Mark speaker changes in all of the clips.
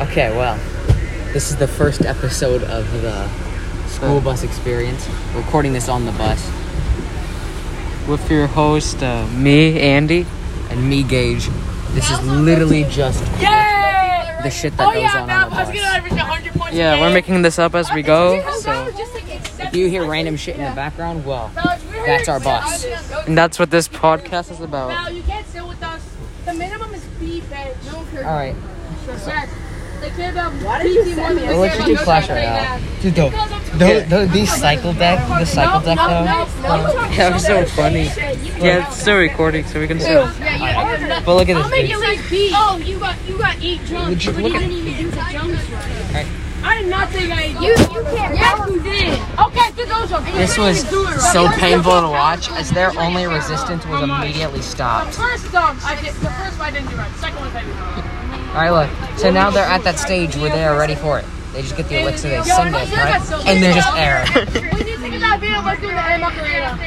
Speaker 1: Okay, well, this is the first episode of the school bus experience. We're recording this on the bus,
Speaker 2: with your host, uh, me, Andy.
Speaker 1: and me, Gage, this is literally just
Speaker 3: Yay!
Speaker 1: the shit that
Speaker 3: oh
Speaker 1: goes
Speaker 3: yeah,
Speaker 1: on
Speaker 3: Matt
Speaker 1: on the
Speaker 3: was
Speaker 1: bus.
Speaker 3: gonna average 100 points.
Speaker 2: Yeah,
Speaker 3: a
Speaker 2: we're
Speaker 3: game.
Speaker 2: making this up as we go. So,
Speaker 3: Just like accept-
Speaker 1: If you hear random shit in the background, well,
Speaker 3: Fellas, we're
Speaker 1: That's
Speaker 3: here
Speaker 1: our
Speaker 3: to
Speaker 1: boss.
Speaker 3: sit on this.
Speaker 2: and that's what this podcast is about.
Speaker 3: Now you can't sit with us. The minimum is B, bitch. No,
Speaker 1: all right,
Speaker 3: sir. They care about BT more than they
Speaker 1: well, let's just
Speaker 3: care about
Speaker 1: do
Speaker 3: your
Speaker 1: Clash right now. Dude, though, though, though, these cycle deck, the cycle deck though,
Speaker 2: That was so funny. Yeah, it's still recording, so we can still.
Speaker 3: Yeah, you
Speaker 1: but look at this.
Speaker 3: I'll make
Speaker 1: Dude.
Speaker 3: you like B. Oh, you got you got eight jumps,
Speaker 1: Would you
Speaker 3: but
Speaker 1: look
Speaker 3: you
Speaker 1: at-
Speaker 3: didn't even get to jumps right.
Speaker 1: Alright.
Speaker 3: I did not think I. You you can't. Yes, you did. Okay, do those up. You
Speaker 1: This
Speaker 3: didn't
Speaker 1: was
Speaker 3: even do it right.
Speaker 1: so
Speaker 3: First
Speaker 1: painful
Speaker 3: jump-
Speaker 1: to watch, as their only resistance was immediately
Speaker 3: The
Speaker 1: stopped.
Speaker 3: first jump, I did. The first one I didn't do right. The second one I did right.
Speaker 1: All right, look. So now they're at that stage where they are ready for it. They just get the elixir, they sing it, right? and they just err.
Speaker 3: We need to get that video. Let's do the Hey Macarena.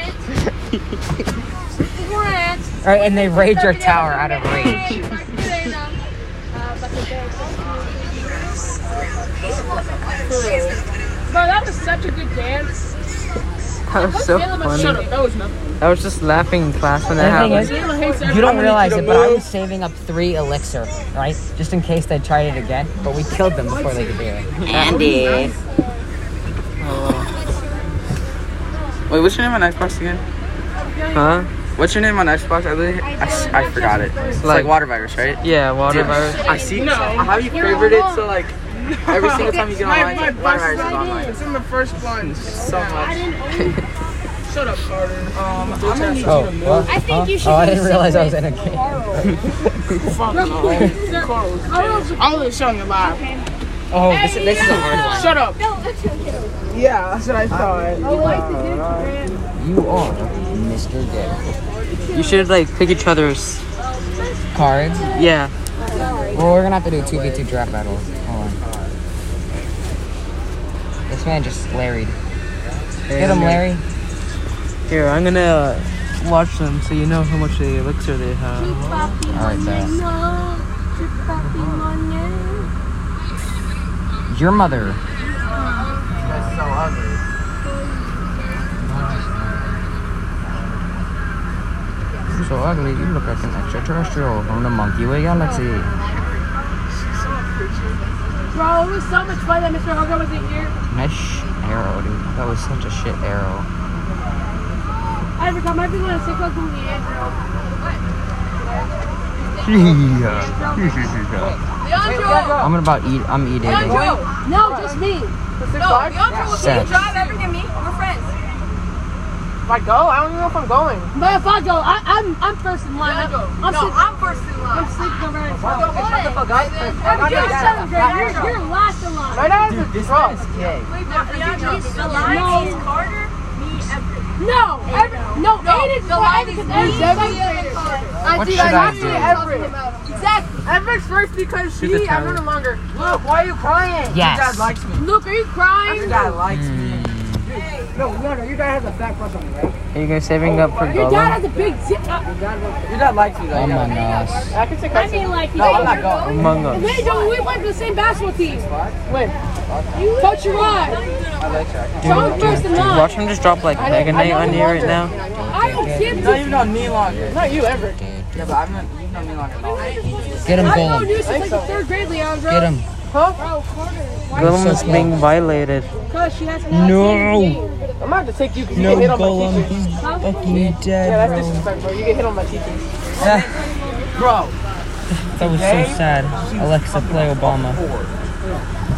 Speaker 1: All right, and they rage our tower out of rage.
Speaker 3: Bro, that was such a good dance.
Speaker 2: That was so
Speaker 3: Caleb must- Shut
Speaker 2: funny.
Speaker 3: up. That was nothing.
Speaker 2: I was just laughing in class when that
Speaker 1: The thing is,
Speaker 2: happened.
Speaker 3: Caleb hates everyone.
Speaker 1: you don't realize it, but I was saving up three elixir, right? Just in case they tried it again. But we killed them before they could do it. Andy.
Speaker 4: Wait, what's your name on Xbox again?
Speaker 2: Huh?
Speaker 4: What's your name on Xbox? I literally, I, s- I forgot it. It's like,
Speaker 2: Like-
Speaker 4: water virus, right?
Speaker 2: Yeah, water
Speaker 4: Dude,
Speaker 2: virus.
Speaker 4: I see. No. I have you favorite it, so like every single time you get
Speaker 5: My,
Speaker 4: online,
Speaker 5: my
Speaker 4: it's like, water
Speaker 5: bus
Speaker 4: virus
Speaker 5: is
Speaker 4: is online.
Speaker 5: It's in the first one.
Speaker 4: So much.
Speaker 5: Shut up, Carter. Um, I'm gonna need
Speaker 1: Oh,
Speaker 5: you to move.
Speaker 1: well, I think you should. Oh, I didn't realize I was in a game.
Speaker 5: Fuck no. Carl. I'm only showing you live.
Speaker 1: Oh, this, this is a hard
Speaker 5: Shut up. Yeah, that's what I
Speaker 4: Oh.
Speaker 5: thought.
Speaker 1: one. You are Mr. Dick.
Speaker 2: You should like pick each other's.
Speaker 1: Cards.
Speaker 2: Yeah.
Speaker 1: Well, we're gonna have to do two v two draft battles. Hold on. This man just Larried. Get him, Larry.
Speaker 2: Here, I'm gonna uh, watch them so you know how much the elixir they have.
Speaker 1: Alright, so. Your mother. That's so ugly. You look like an extraterrestrial from the Milky Way galaxy.
Speaker 3: Bro, it was so much fun that Mr. Hunger wasn't here.
Speaker 1: Mesh arrow, dude. That was such a shit arrow.
Speaker 3: I forgot my people to take a Leandro. Leandro!
Speaker 1: I'm about eat. I'm eating.
Speaker 3: Leandro! No, just me. No, Leandro was
Speaker 1: Sex.
Speaker 3: everything me. We're friends.
Speaker 5: If I go, I don't even know if I'm going.
Speaker 3: But if I go, I, I'm I'm first in line. I'm, I'm, no, I'm first in line. I'm sleeping over at twelve. I'm just seventh grade. You're, you're last in line.
Speaker 5: My dad is a drunk.
Speaker 3: No, every, no, no, Aiden's right because Aiden's seventh grader. I
Speaker 1: What
Speaker 3: did-
Speaker 1: should I
Speaker 3: did
Speaker 1: do?
Speaker 3: Everett. Exactly.
Speaker 5: Everett's first because
Speaker 2: Shoot the
Speaker 5: she, I'm
Speaker 2: tower.
Speaker 5: no longer. Look, why are you crying?
Speaker 1: Yes. Mm.
Speaker 5: Your dad likes me.
Speaker 3: Luke, are you
Speaker 5: Your
Speaker 3: crying?
Speaker 5: dad likes me. No, no, no, your dad has a back brush on me, right?
Speaker 2: Are you guys saving up for
Speaker 3: Your dad
Speaker 2: Gollum?
Speaker 3: has a big dick. Uh,
Speaker 5: Your dad likes me, though.
Speaker 1: Oh
Speaker 5: yeah.
Speaker 1: my gosh.
Speaker 5: I can take
Speaker 3: I mean, like,
Speaker 5: No, I'm not going.
Speaker 2: Among Us.
Speaker 3: Wait, don't we went to the same basketball team?
Speaker 5: When?
Speaker 3: Coach Rod.
Speaker 5: I like that.
Speaker 3: Don't first in
Speaker 2: Dude, watch
Speaker 3: line.
Speaker 2: him just drop like Mega Knight on you right now.
Speaker 3: I don't give
Speaker 5: Not
Speaker 3: to.
Speaker 5: even on me longer. Not you, Everett. Yeah, but I've known, you've known me longer.
Speaker 1: Get him,
Speaker 3: I know
Speaker 1: Golem.
Speaker 3: you since like the third grade, Leandro.
Speaker 1: Get him.
Speaker 3: Bro, Carter.
Speaker 2: Gollum is being violated.
Speaker 3: Cause she has an
Speaker 1: No.
Speaker 3: accent.
Speaker 5: I'm gonna have to take you because you get hit on my teachers.
Speaker 1: Fucking
Speaker 5: Yeah,
Speaker 1: dead,
Speaker 5: that's disrespectful. You get hit on my teachers. Bro.
Speaker 1: That was so sad. Alexa, play Obama.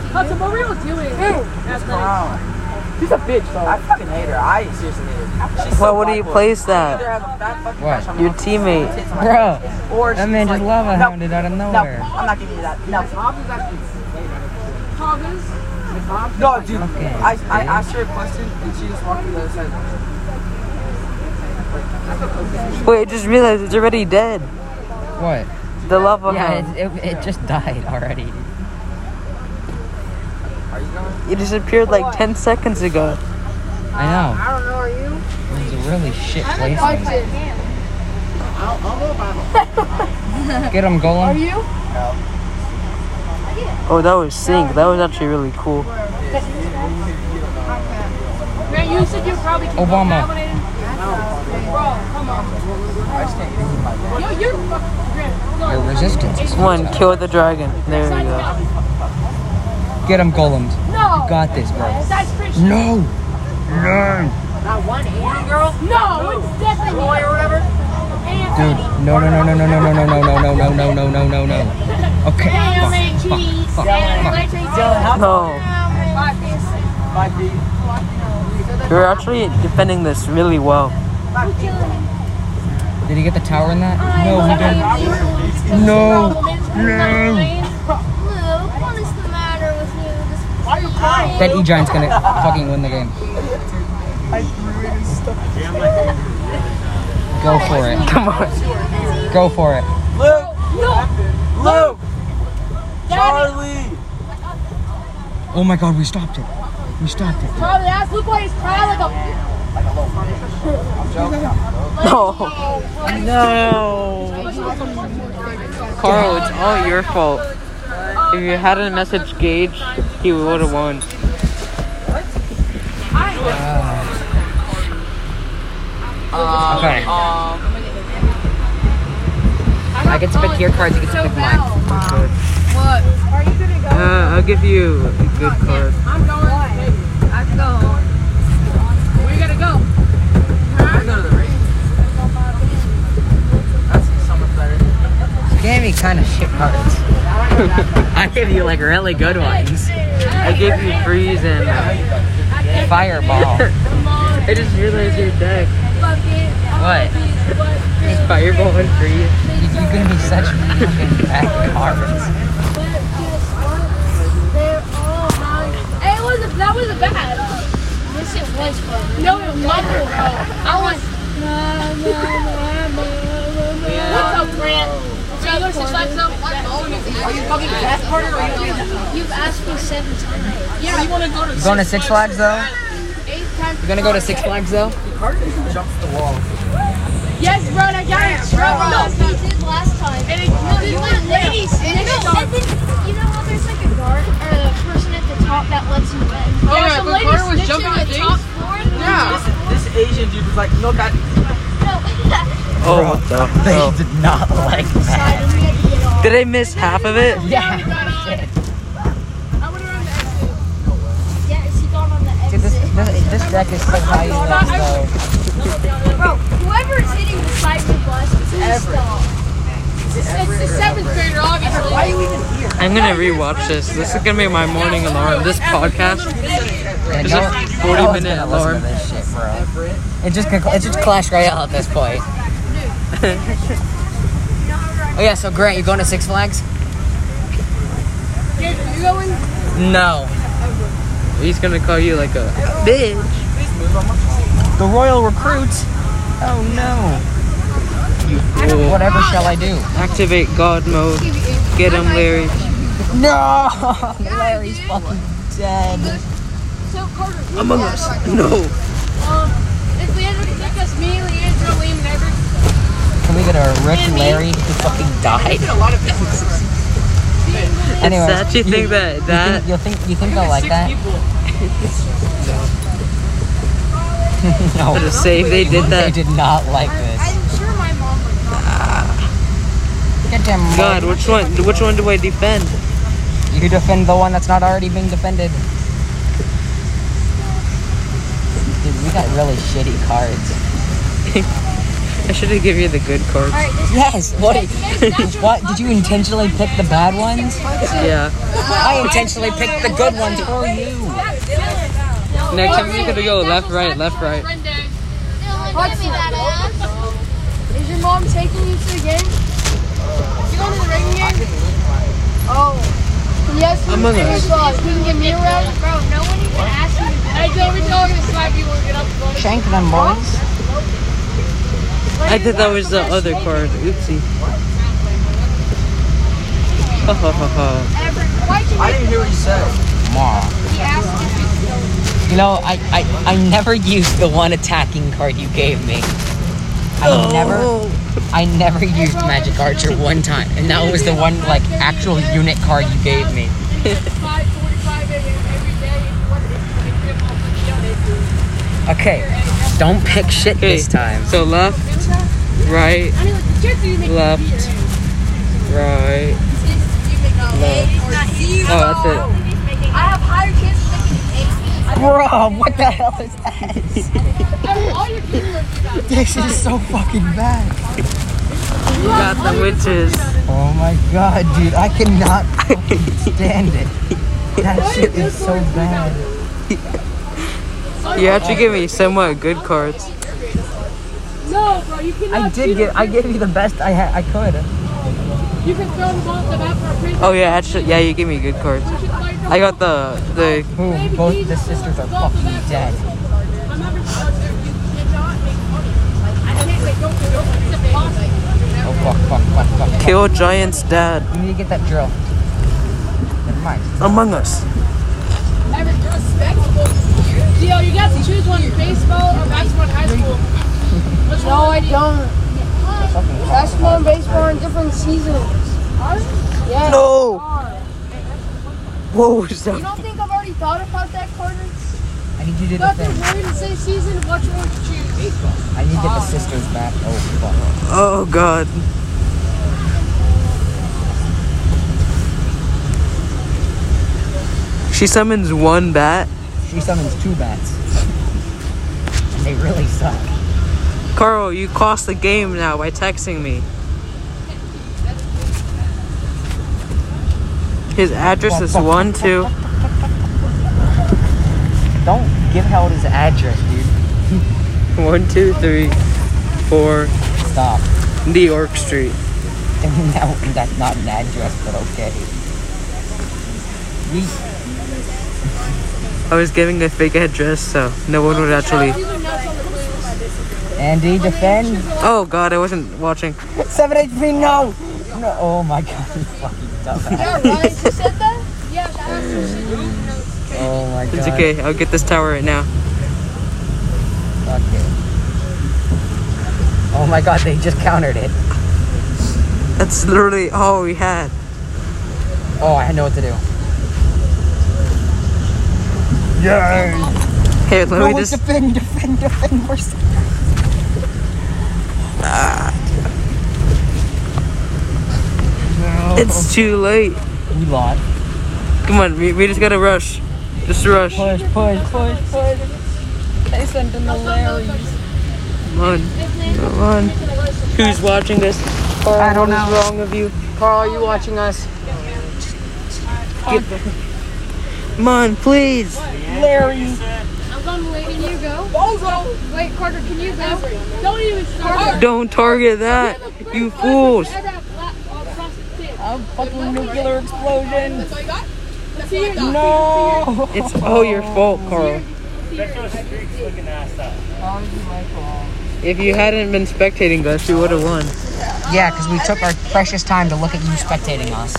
Speaker 3: Hudson, what were you doing? Athletics.
Speaker 5: Wow. She's a bitch, though. I fucking hate her. I seriously hate her. She's
Speaker 2: Well, what do you place
Speaker 5: Either
Speaker 2: that?
Speaker 5: has a fat fucking
Speaker 1: What?
Speaker 5: crush on
Speaker 2: Your
Speaker 5: me
Speaker 2: teammate.
Speaker 1: Bro,
Speaker 5: or
Speaker 1: that
Speaker 5: she's
Speaker 1: man
Speaker 5: like,
Speaker 1: just lava
Speaker 5: no,
Speaker 1: hounded out of
Speaker 5: No,
Speaker 1: nowhere.
Speaker 5: I'm not giving you that. No.
Speaker 3: Hoggers.
Speaker 5: No, dude. I, I asked her a question and she just walked to the other side.
Speaker 2: Wait, I just realized it's already dead.
Speaker 1: What?
Speaker 2: The lava
Speaker 1: Yeah,
Speaker 2: hound.
Speaker 1: it, it, it just died already.
Speaker 2: It disappeared like 10 seconds ago.
Speaker 1: I know. I don't know, are you? It was a really shit placement. Get him, Golem. Are you?
Speaker 2: Oh, that was sync. That was actually really cool.
Speaker 3: Man, you said you probably can
Speaker 1: Obama.
Speaker 3: Go dominate. Bro, come on. Yo, you're fucking great.
Speaker 1: Your resistance is-
Speaker 3: Look,
Speaker 2: One, kill the dragon. There we go.
Speaker 1: Get him, golemed.
Speaker 3: No.
Speaker 1: Got Mm. this, bro.
Speaker 3: That's Christian.
Speaker 1: No. No.
Speaker 3: No, it's definitely boy or whatever.
Speaker 1: Dude, no, no, no, no, no, no, no, no, no, no, no, no, no, no, no, no. Okay. Fuck, fuck, fuck, fuck.
Speaker 2: No, you're actually defending this really well.
Speaker 1: Did he get the tower in that? No, he didn't. No. No.
Speaker 6: what is the matter with you? This
Speaker 1: That E Giant's gonna fucking win the game. Go for it.
Speaker 2: Come on.
Speaker 1: Go for it.
Speaker 5: Luke, Luke,
Speaker 3: Daddy,
Speaker 5: Charlie.
Speaker 1: Oh my god, we stopped it. We stopped it.
Speaker 3: probably that's look why he's crying like a.
Speaker 2: No. No. Carl, it's all your fault. If you hadn't messaged Gage, he would have won.
Speaker 1: Okay. I can pick your cards, you get to pick mine.
Speaker 2: Uh, I'll give you a good card.
Speaker 3: I'm going. I have to go home. Where you gotta go?
Speaker 1: You gave me kind of shit cards. I gave you like really good ones.
Speaker 2: I gave you freeze and uh,
Speaker 1: Fireball.
Speaker 2: I just realized your deck
Speaker 1: What?
Speaker 2: is fireball and freeze.
Speaker 1: You- You're gonna be such fucking bad cards.
Speaker 3: Hey, it wasn't. That wasn't bad.
Speaker 6: Yes, it was fun.
Speaker 3: No, it was wonderful. I was. What's up, Grant? So you're six five seven. Are you fucking best part or are you?
Speaker 6: You've asked me seven times.
Speaker 3: Yeah, you want to go to
Speaker 1: You going to Six Flags though? You gonna go to Six Flags though?
Speaker 3: Yes, bro, I got it.
Speaker 6: No, we did last time.
Speaker 3: And it, no,
Speaker 6: You were late. And no, and then, you know how there's like a guard, a person at the top that lets you in?
Speaker 3: Yeah,
Speaker 4: but
Speaker 3: some lady
Speaker 4: Carter was
Speaker 3: snitching
Speaker 4: jumping
Speaker 3: on
Speaker 4: at
Speaker 3: the
Speaker 4: things.
Speaker 3: top floor.
Speaker 5: This, this Asian dude was like, no, that.
Speaker 6: No.
Speaker 2: Oh, what the hell?
Speaker 1: did not like
Speaker 6: Side, and we had to get off.
Speaker 2: Did I miss half of it?
Speaker 6: Yeah, is he gone on the
Speaker 1: Dude, this,
Speaker 6: exit?
Speaker 1: this, this deck is so high in this,
Speaker 6: Bro, whoever is hitting the side of the bus, please stop.
Speaker 3: It's the seventh grader, obviously. Why you even?
Speaker 2: I'm gonna rewatch this. This is gonna be my morning alarm. This podcast.
Speaker 1: though. Yeah,
Speaker 2: It's
Speaker 1: no,
Speaker 2: like
Speaker 1: no
Speaker 2: 40
Speaker 1: one's
Speaker 2: minute
Speaker 1: gonna listen to
Speaker 2: alarm.
Speaker 1: this shit, bro. It just could, it just clash right out at this point. oh yeah, so Grant, you going to Six Flags?
Speaker 3: You going?
Speaker 1: No.
Speaker 2: He's gonna call you like a bitch.
Speaker 1: The royal recruits. Oh no.
Speaker 2: You fool.
Speaker 1: Whatever shall I do?
Speaker 2: Activate God mode. Get him, Larry.
Speaker 1: No. Larry's fucking dead.
Speaker 3: So Carter,
Speaker 2: Among Us. No.
Speaker 3: um, if Leandro could take us, me, Leandro, Liam, and every.
Speaker 1: Can we get a Rick Larry who fucking died? Anyways,
Speaker 2: it's sad you think that that.
Speaker 1: You think you think I'll like that? no.
Speaker 2: What a save they did
Speaker 1: They
Speaker 2: that.
Speaker 1: did not like this.
Speaker 6: I'm sure my mom would not.
Speaker 1: Get them.
Speaker 2: God, which one? Which one do I defend?
Speaker 1: You defend the one that's not already being defended. Dude, we got really shitty cards.
Speaker 2: I should have given you the good card.
Speaker 6: Alright, this
Speaker 1: Yes. What? what? Did you intentionally pick the bad ones?
Speaker 2: Yeah.
Speaker 1: I intentionally picked the good ones for you.
Speaker 2: Next time you gotta go left, right, left, right.
Speaker 6: Dylan, give me that ass.
Speaker 3: Is your mom taking you to the game? You going to the ring game? Oh. Yes. we
Speaker 2: Among
Speaker 3: can
Speaker 2: Us.
Speaker 3: finish off. We can get me around.
Speaker 6: Bro, no one even asked me.
Speaker 3: Hey, Joe, we told him to slap you when we get up the voting.
Speaker 1: Shank them, boys.
Speaker 2: I thought that was the other card. Oopsie. Ha ha ha ha.
Speaker 6: Why'd you
Speaker 5: I didn't hear what you said.
Speaker 1: Ma.
Speaker 6: he asked if it's
Speaker 1: You know, I, I, I never used the one attacking card you gave me. I never I never used Magic Archer one time, and that was the one like actual unit card you gave me.
Speaker 3: 5:45 a.m. every day. What is it? Get off the field,
Speaker 1: Okay, don't pick shit
Speaker 2: Okay,
Speaker 1: this time.
Speaker 2: So left, right,
Speaker 3: I know what the kids do. You make
Speaker 2: Left.
Speaker 3: it easier, right?
Speaker 2: right.
Speaker 3: You make it eight or zero.
Speaker 2: Oh, that's it.
Speaker 3: I have higher kids than making an eight.
Speaker 1: Bro, what the hell is that?
Speaker 3: I mean, all your kids are
Speaker 1: this is so fucking bad.
Speaker 2: You got the witches.
Speaker 1: Oh my god, dude, I cannot fucking stand it. That shit is so bad.
Speaker 2: You have to give me somewhat good cards.
Speaker 3: No, bro, you cannot.
Speaker 1: I did get, I gave you the best I had, I could.
Speaker 3: You can throw the ball at the map for a
Speaker 2: Oh yeah, actually, yeah, you give me good cards. I got the the
Speaker 1: Who? Both the sisters are fucking dead. Oh fuck, fuck, fuck, fuck.
Speaker 2: kill giant's dad.
Speaker 1: You need to get that drill. Never mind.
Speaker 2: Among Us.
Speaker 3: Gio, you got to choose one baseball or basketball in high school. Which
Speaker 7: No,
Speaker 3: one?
Speaker 7: I don't. Basketball and baseball are in different seasons. Yeah.
Speaker 2: No. What was
Speaker 7: You
Speaker 2: that?
Speaker 7: don't think I've already thought about that, Carter?
Speaker 1: I need you to do the
Speaker 3: But they're
Speaker 1: thing.
Speaker 3: in the same season. Which one to choose?
Speaker 1: I need to get the sisters back. Oh fuck.
Speaker 2: Oh god. She summons one bat.
Speaker 1: She summons two bats. And they really suck.
Speaker 2: Carl, you cost the game now by texting me. His address is one two.
Speaker 1: Don't give out his address, dude.
Speaker 2: One, two, three, four,
Speaker 1: Stop.
Speaker 2: New York Street.
Speaker 1: no, that's not an address, but okay. Yeet.
Speaker 2: I was giving a fake address so no one would actually.
Speaker 1: Andy, defend.
Speaker 2: Oh god, I wasn't watching.
Speaker 1: 7 HP, no! No, oh my god, you fucking dumbass.
Speaker 7: Yeah, Ryan, you said that?
Speaker 1: Oh my god.
Speaker 2: It's okay, I'll get this tower right now.
Speaker 1: Fuck it. Oh my god, they just countered it.
Speaker 2: That's literally all we had.
Speaker 1: Oh, I know what to do.
Speaker 2: Hey, let
Speaker 1: No,
Speaker 2: me just.
Speaker 1: defend, defend, defend. We're so-
Speaker 2: Ah. It's too late.
Speaker 1: We lost.
Speaker 2: Come on, we, we just gotta rush. Just rush. Come
Speaker 1: Push, push, push, push.
Speaker 2: on. Come on. Who's watching this?
Speaker 1: I don't
Speaker 2: What's
Speaker 1: know.
Speaker 2: wrong with you?
Speaker 1: Carl, are you watching us?
Speaker 2: Come on, please.
Speaker 1: Larry.
Speaker 3: I'm going late. Can you go? Wait, Carter, can you go? Don't even start.
Speaker 2: Don't target that, you fools.
Speaker 3: uh, I'm fucking nuclear explosion. That's all you got? That's all I got.
Speaker 1: No.
Speaker 2: It's all your fault, Carl. If you hadn't been spectating us, you would have won.
Speaker 1: Yeah, because we took our precious time to look at you spectating us.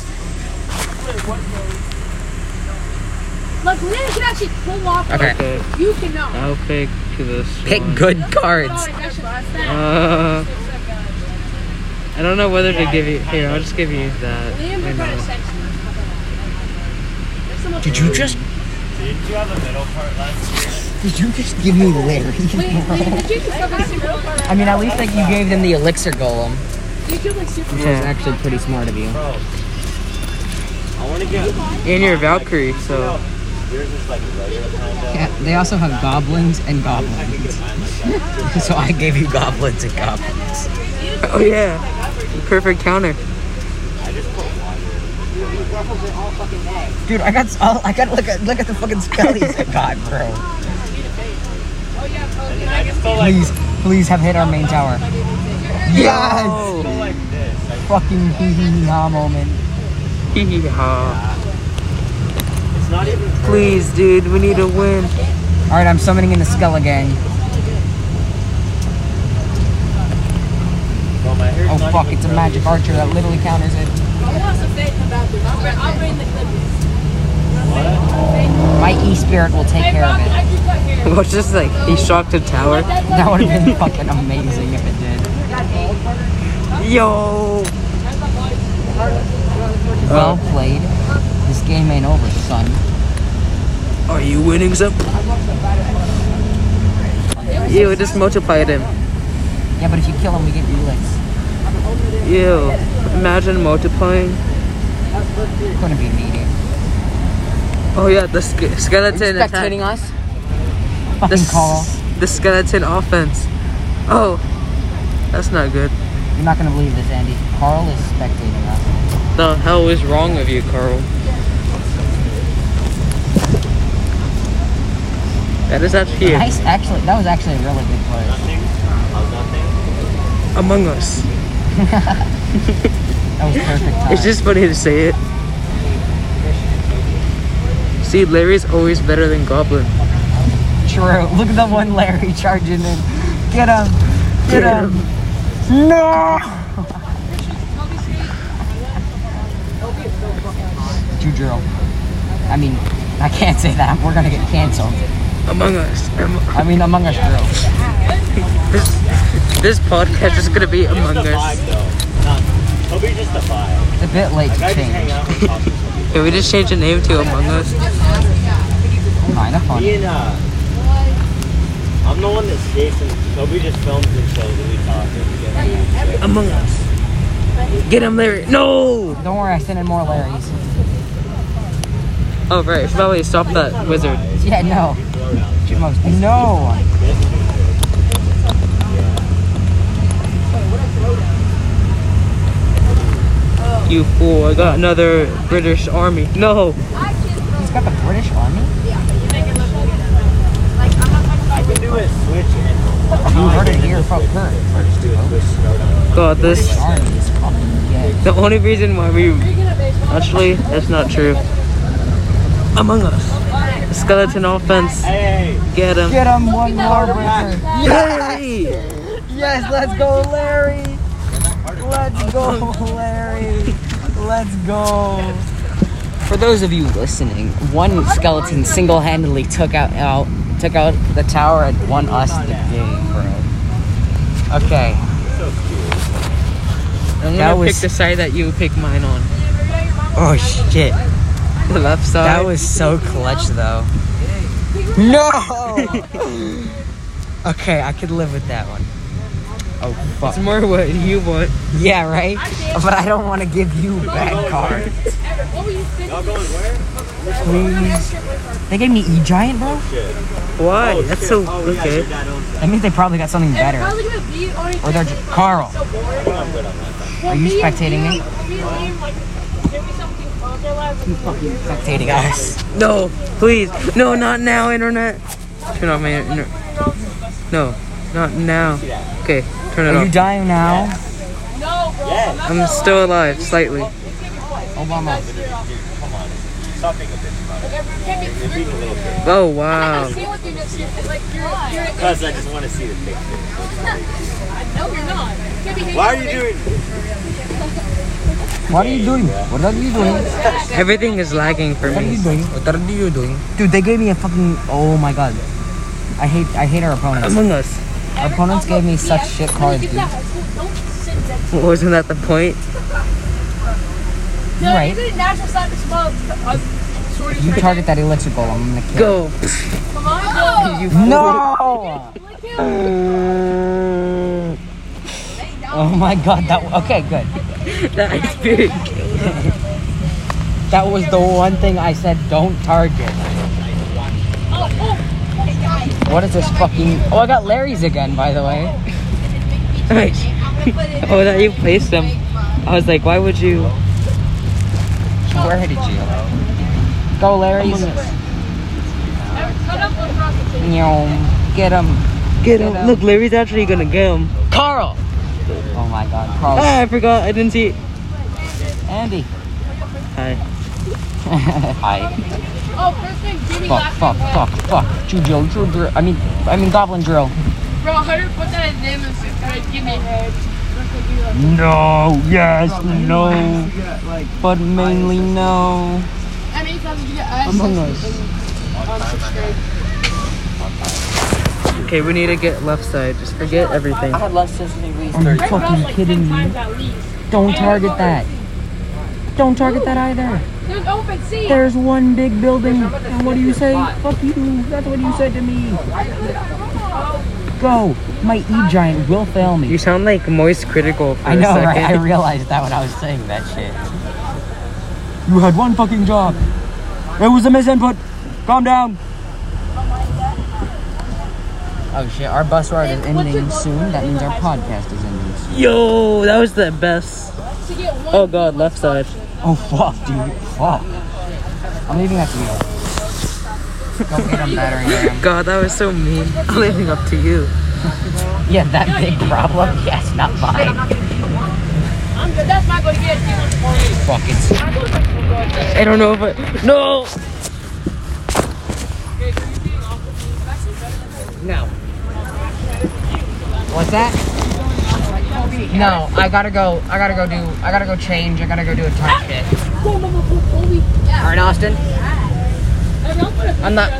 Speaker 3: Like, Lena can actually pull off.
Speaker 1: Okay.
Speaker 2: Okay,
Speaker 3: You cannot.
Speaker 2: I'll pick to this.
Speaker 1: Pick
Speaker 2: one.
Speaker 1: good cards.
Speaker 2: Uh, I don't know whether to give you. Here, I'll just give you that. I know.
Speaker 1: Did you just? Did you have the middle part left? Did you just give me Larry? I mean, at least like you gave them the elixir golem, which is
Speaker 2: Yeah.
Speaker 1: actually pretty smart of you.
Speaker 2: And your Valkyrie, so.
Speaker 1: Yeah, they also have goblins and goblins. so I gave you goblins and goblins.
Speaker 2: Oh yeah, perfect counter.
Speaker 1: Dude, I got all, I got look at look at the fucking skellies I got, bro. Please, please have hit our main tower. Yes! Fucking hee hee ha moment.
Speaker 2: Hee ha. Please, dude, we need a win.
Speaker 1: All right, I'm summoning in the skull again. Oh fuck! It's a magic archer that literally counters it. My e spirit will take care of it.
Speaker 2: What's just like he shocked a tower.
Speaker 1: That would have been fucking amazing if it did.
Speaker 2: Yo.
Speaker 1: Well played. This game ain't over, son.
Speaker 4: Are you winning some?
Speaker 2: Ew, it just multiplied him.
Speaker 1: Yeah, but if you kill him, we get relets.
Speaker 2: Ew. Imagine multiplying.
Speaker 1: Gonna be meeting.
Speaker 2: Oh yeah, the ske- skeleton
Speaker 1: Spectating
Speaker 2: attack.
Speaker 1: us?
Speaker 2: The,
Speaker 1: Fucking call.
Speaker 2: s- the skeleton offense. Oh, that's not good.
Speaker 1: You're not gonna believe this, Andy. Carl is spectating us.
Speaker 2: The hell is wrong with you, Carl? That is actually it.
Speaker 1: Nice, actually. That was actually a really good play.
Speaker 2: Among Us.
Speaker 1: That was perfect time.
Speaker 2: It's just funny to say it. See, Larry's always better than Goblin.
Speaker 1: True. Look at the one Larry charging in. Get him. Get him. No. Jujiro. I mean, I can't say that. We're gonna get canceled.
Speaker 2: Among Us. Am-
Speaker 1: I mean, Among Us girls.
Speaker 2: this, this podcast is gonna be Among Us.
Speaker 8: He'll be just a five.
Speaker 1: It's a bit late to change.
Speaker 8: out with Austin.
Speaker 2: Can we just change the name to Among Us?
Speaker 1: Kind of funny.
Speaker 8: Me and, uh, I'm the one that skates and Toby just films the show that we talk and we get
Speaker 2: Among Us. Get him, Larry. No!
Speaker 1: Don't worry, I sent in more Larrys.
Speaker 2: Oh, right. Probably stop that wizard.
Speaker 1: Yeah, no. Chipmunks. No.
Speaker 2: You fool. I got another British army. No!
Speaker 1: He's got the British Army.
Speaker 8: I can do a switch and
Speaker 1: You heard it here from her.
Speaker 8: or just do a switch snowdown.
Speaker 2: God,
Speaker 1: British
Speaker 2: this.
Speaker 1: Army is fucking gay.
Speaker 2: The only reason why we. Actually, that's not true. Among Us. Skeleton offense.
Speaker 8: Hey,
Speaker 2: Get him.
Speaker 1: Get him one more Richard.
Speaker 2: Yay!
Speaker 1: Yes, let's go, Larry. Let's go, Larry. Let's go. For those of you listening, one skeleton single-handedly took out, out took out the tower and won us the game, bro. Okay,
Speaker 2: I'm
Speaker 1: That
Speaker 2: gonna
Speaker 1: was-
Speaker 2: pick the side that you pick mine on.
Speaker 1: Oh shit.
Speaker 2: The left side.
Speaker 1: That was so clutch though. No! okay, I could live with that one. Oh fuck.
Speaker 2: It's more what you want.
Speaker 1: Yeah, right? But I don't want to give you bad cards.
Speaker 8: y'all going where?
Speaker 1: Please. They gave me E Giant, bro?
Speaker 2: Why? That's so
Speaker 8: Oh, yeah,
Speaker 2: okay.
Speaker 8: your dad owns that.
Speaker 1: That means they probably got something better.
Speaker 3: Probably gonna be on each
Speaker 1: Or they're
Speaker 3: other.
Speaker 1: just. Carl,
Speaker 8: I'm good on that.
Speaker 1: are you spectating me? Spectating us.
Speaker 2: No, please, no, not now, internet. Turn off my internet. No, not now. Okay, turn
Speaker 1: Are
Speaker 2: it
Speaker 1: you
Speaker 2: off.
Speaker 1: dying now?
Speaker 2: I'm still alive, slightly.
Speaker 1: Obama.
Speaker 8: Stop being a bitch about it. You're being a little bitch.
Speaker 2: Oh wow.
Speaker 8: Cause I just want to see the picture. Why are you doing this?
Speaker 1: What are you doing? What are you doing?
Speaker 2: Everything is lagging for
Speaker 1: What are
Speaker 2: me.
Speaker 1: you doing? What are you doing? Dude, they gave me a fucking. Oh my god. I hate. I hate our opponents.
Speaker 2: Among Us.
Speaker 1: Our opponents gave me such shit cards, dude. You're
Speaker 2: Wasn't that the point?
Speaker 1: right. You target that elixir goal. I'm gonna kill.
Speaker 2: Go.
Speaker 1: You no. Oh my god. That. Okay. Good.
Speaker 2: That's big.
Speaker 1: That was the one thing I said. Don't target. What is this fucking? Oh, I got Larry's again. By the way.
Speaker 2: Nice. oh, that you placed him. I was like, why would you?
Speaker 1: Where did you? Go, Larry's. Yum. Get him.
Speaker 2: Get him. Look, Larry's actually gonna get him.
Speaker 1: Carl. Oh my god, Carl.
Speaker 2: Ah, I forgot. I didn't see. it.
Speaker 1: Andy.
Speaker 2: Hi.
Speaker 1: Hi.
Speaker 3: Oh, first name Jimmy,
Speaker 1: Fuck,
Speaker 3: last
Speaker 1: fuck,
Speaker 3: name
Speaker 1: fuck, fuck. Jujo, Jujo. I mean, I mean, Goblin Drill.
Speaker 3: Bob. Bro, how do you put that in name and say, give me head?
Speaker 1: No, yes, no. But mainly no.
Speaker 3: I mean, sometimes you get us. Among us.
Speaker 2: Okay, we need to get left side. Just forget everything.
Speaker 5: I had lunch since we
Speaker 1: Are you
Speaker 5: researched.
Speaker 1: fucking kidding me? Don't target that. Don't target that either.
Speaker 3: There's open sea.
Speaker 9: There's one big building, and what do you say? Fuck you, that's what you said to me.
Speaker 1: Go! My E giant will fail me.
Speaker 2: You sound like Moist Critical for
Speaker 1: I
Speaker 2: a
Speaker 1: know,
Speaker 2: second.
Speaker 1: right? I realized that when I was saying that shit. You had one fucking job. It was a misinput. Calm down. Oh shit, our bus ride is ending soon. That means our podcast is ending soon.
Speaker 2: Yo, that was the best. Oh god, left side.
Speaker 1: Oh fuck, dude. Fuck. I'm leaving after you. Go get him battering ram.
Speaker 2: God, that was so mean. I'm leaving up to you.
Speaker 1: Yeah, that big problem. Yes, not mine.
Speaker 3: I'm good. That's not going to get you.
Speaker 1: Fuck it.
Speaker 2: I don't know if I. No!
Speaker 1: No. What's that? No, I gotta go. I gotta go do. I gotta go change. I gotta go do a ton of shit. Alright, Austin. I'm not.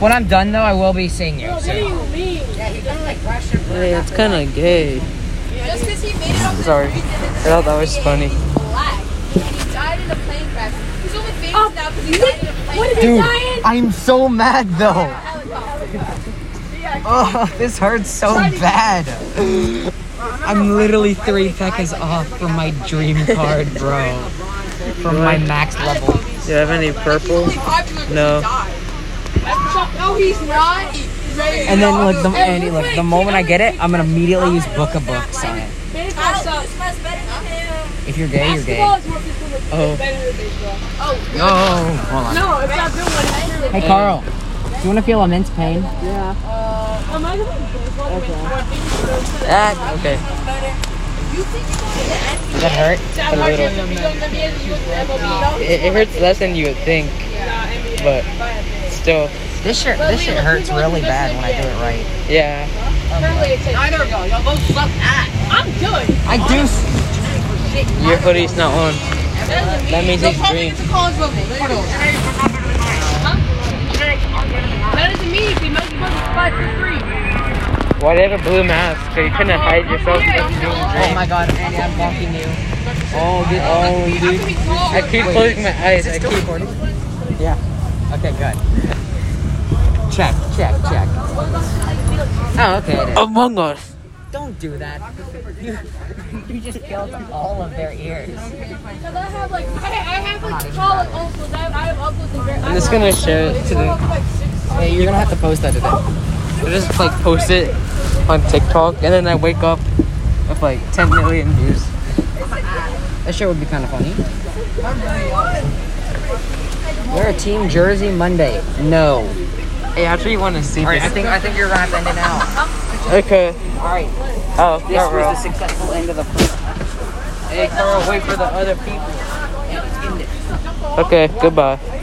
Speaker 1: When I'm done, though, I will be seeing you. So.
Speaker 2: Hey, that's kinda gay.
Speaker 3: Just because he made it off
Speaker 2: Sorry. I thought that was funny.
Speaker 3: black. He died in a plane crash. He's only famous
Speaker 6: Oh,
Speaker 3: now because he died in a plane crash.
Speaker 1: Dude, I'm so mad though. Oh, this hurts so bad. I'm literally three peckers off from my dream card, bro. From my max level.
Speaker 2: Do you have any purple? No.
Speaker 3: No, he's not.
Speaker 1: And then look, the, Andy, look, the moment I get it, I'm gonna immediately use book of books on it. If you're gay, you're gay.
Speaker 2: Oh.
Speaker 1: No, hold on.
Speaker 3: No, it's not doing one.
Speaker 1: Hey, Carl. Do you want to feel immense pain?
Speaker 3: Am I gonna be
Speaker 2: That, Ah, okay.
Speaker 1: Does that hurt?
Speaker 2: A little. It, it hurts less than you would think. But still,
Speaker 1: This shit, this shit hurts really bad when I do it right.
Speaker 2: yeah.
Speaker 3: Neither of y'all. Y'all both suck ass. I'm good.
Speaker 1: I do. s-
Speaker 2: Your hoodie's not on. That means it's green.
Speaker 3: College level. That doesn't mean if you make five for three.
Speaker 2: Why did a blue mask? So you couldn't hide yourself from being
Speaker 1: Oh
Speaker 2: green.
Speaker 1: my god, Andy, I'm blocking you.
Speaker 2: Oh, dude. Oh, dude. I keep closing my eyes. I keep.
Speaker 1: Yeah. Okay, good. Check, check, check. Oh, okay. It is.
Speaker 2: Among Us.
Speaker 1: Don't do that. You, you just killed all of their ears.
Speaker 3: Cause I have like, I, I have like college uncles. I have, I have uncles and grand.
Speaker 2: I'm just gonna share it to the.
Speaker 1: Hey, you're gonna have to post that today.
Speaker 2: I just like post it on TikTok, and then I wake up with like 10 million views.
Speaker 1: That shit would be kind of funny. Wear a team jersey Monday. No.
Speaker 2: Hey, I actually want to see
Speaker 1: All right, I
Speaker 2: this.
Speaker 1: think I think you're gonna have to end it now.
Speaker 2: Okay.
Speaker 1: All right,
Speaker 2: Oh,
Speaker 1: this
Speaker 2: not real.
Speaker 1: was the successful end of the first.
Speaker 2: Hey, Carl, wait for the other people. Okay, goodbye.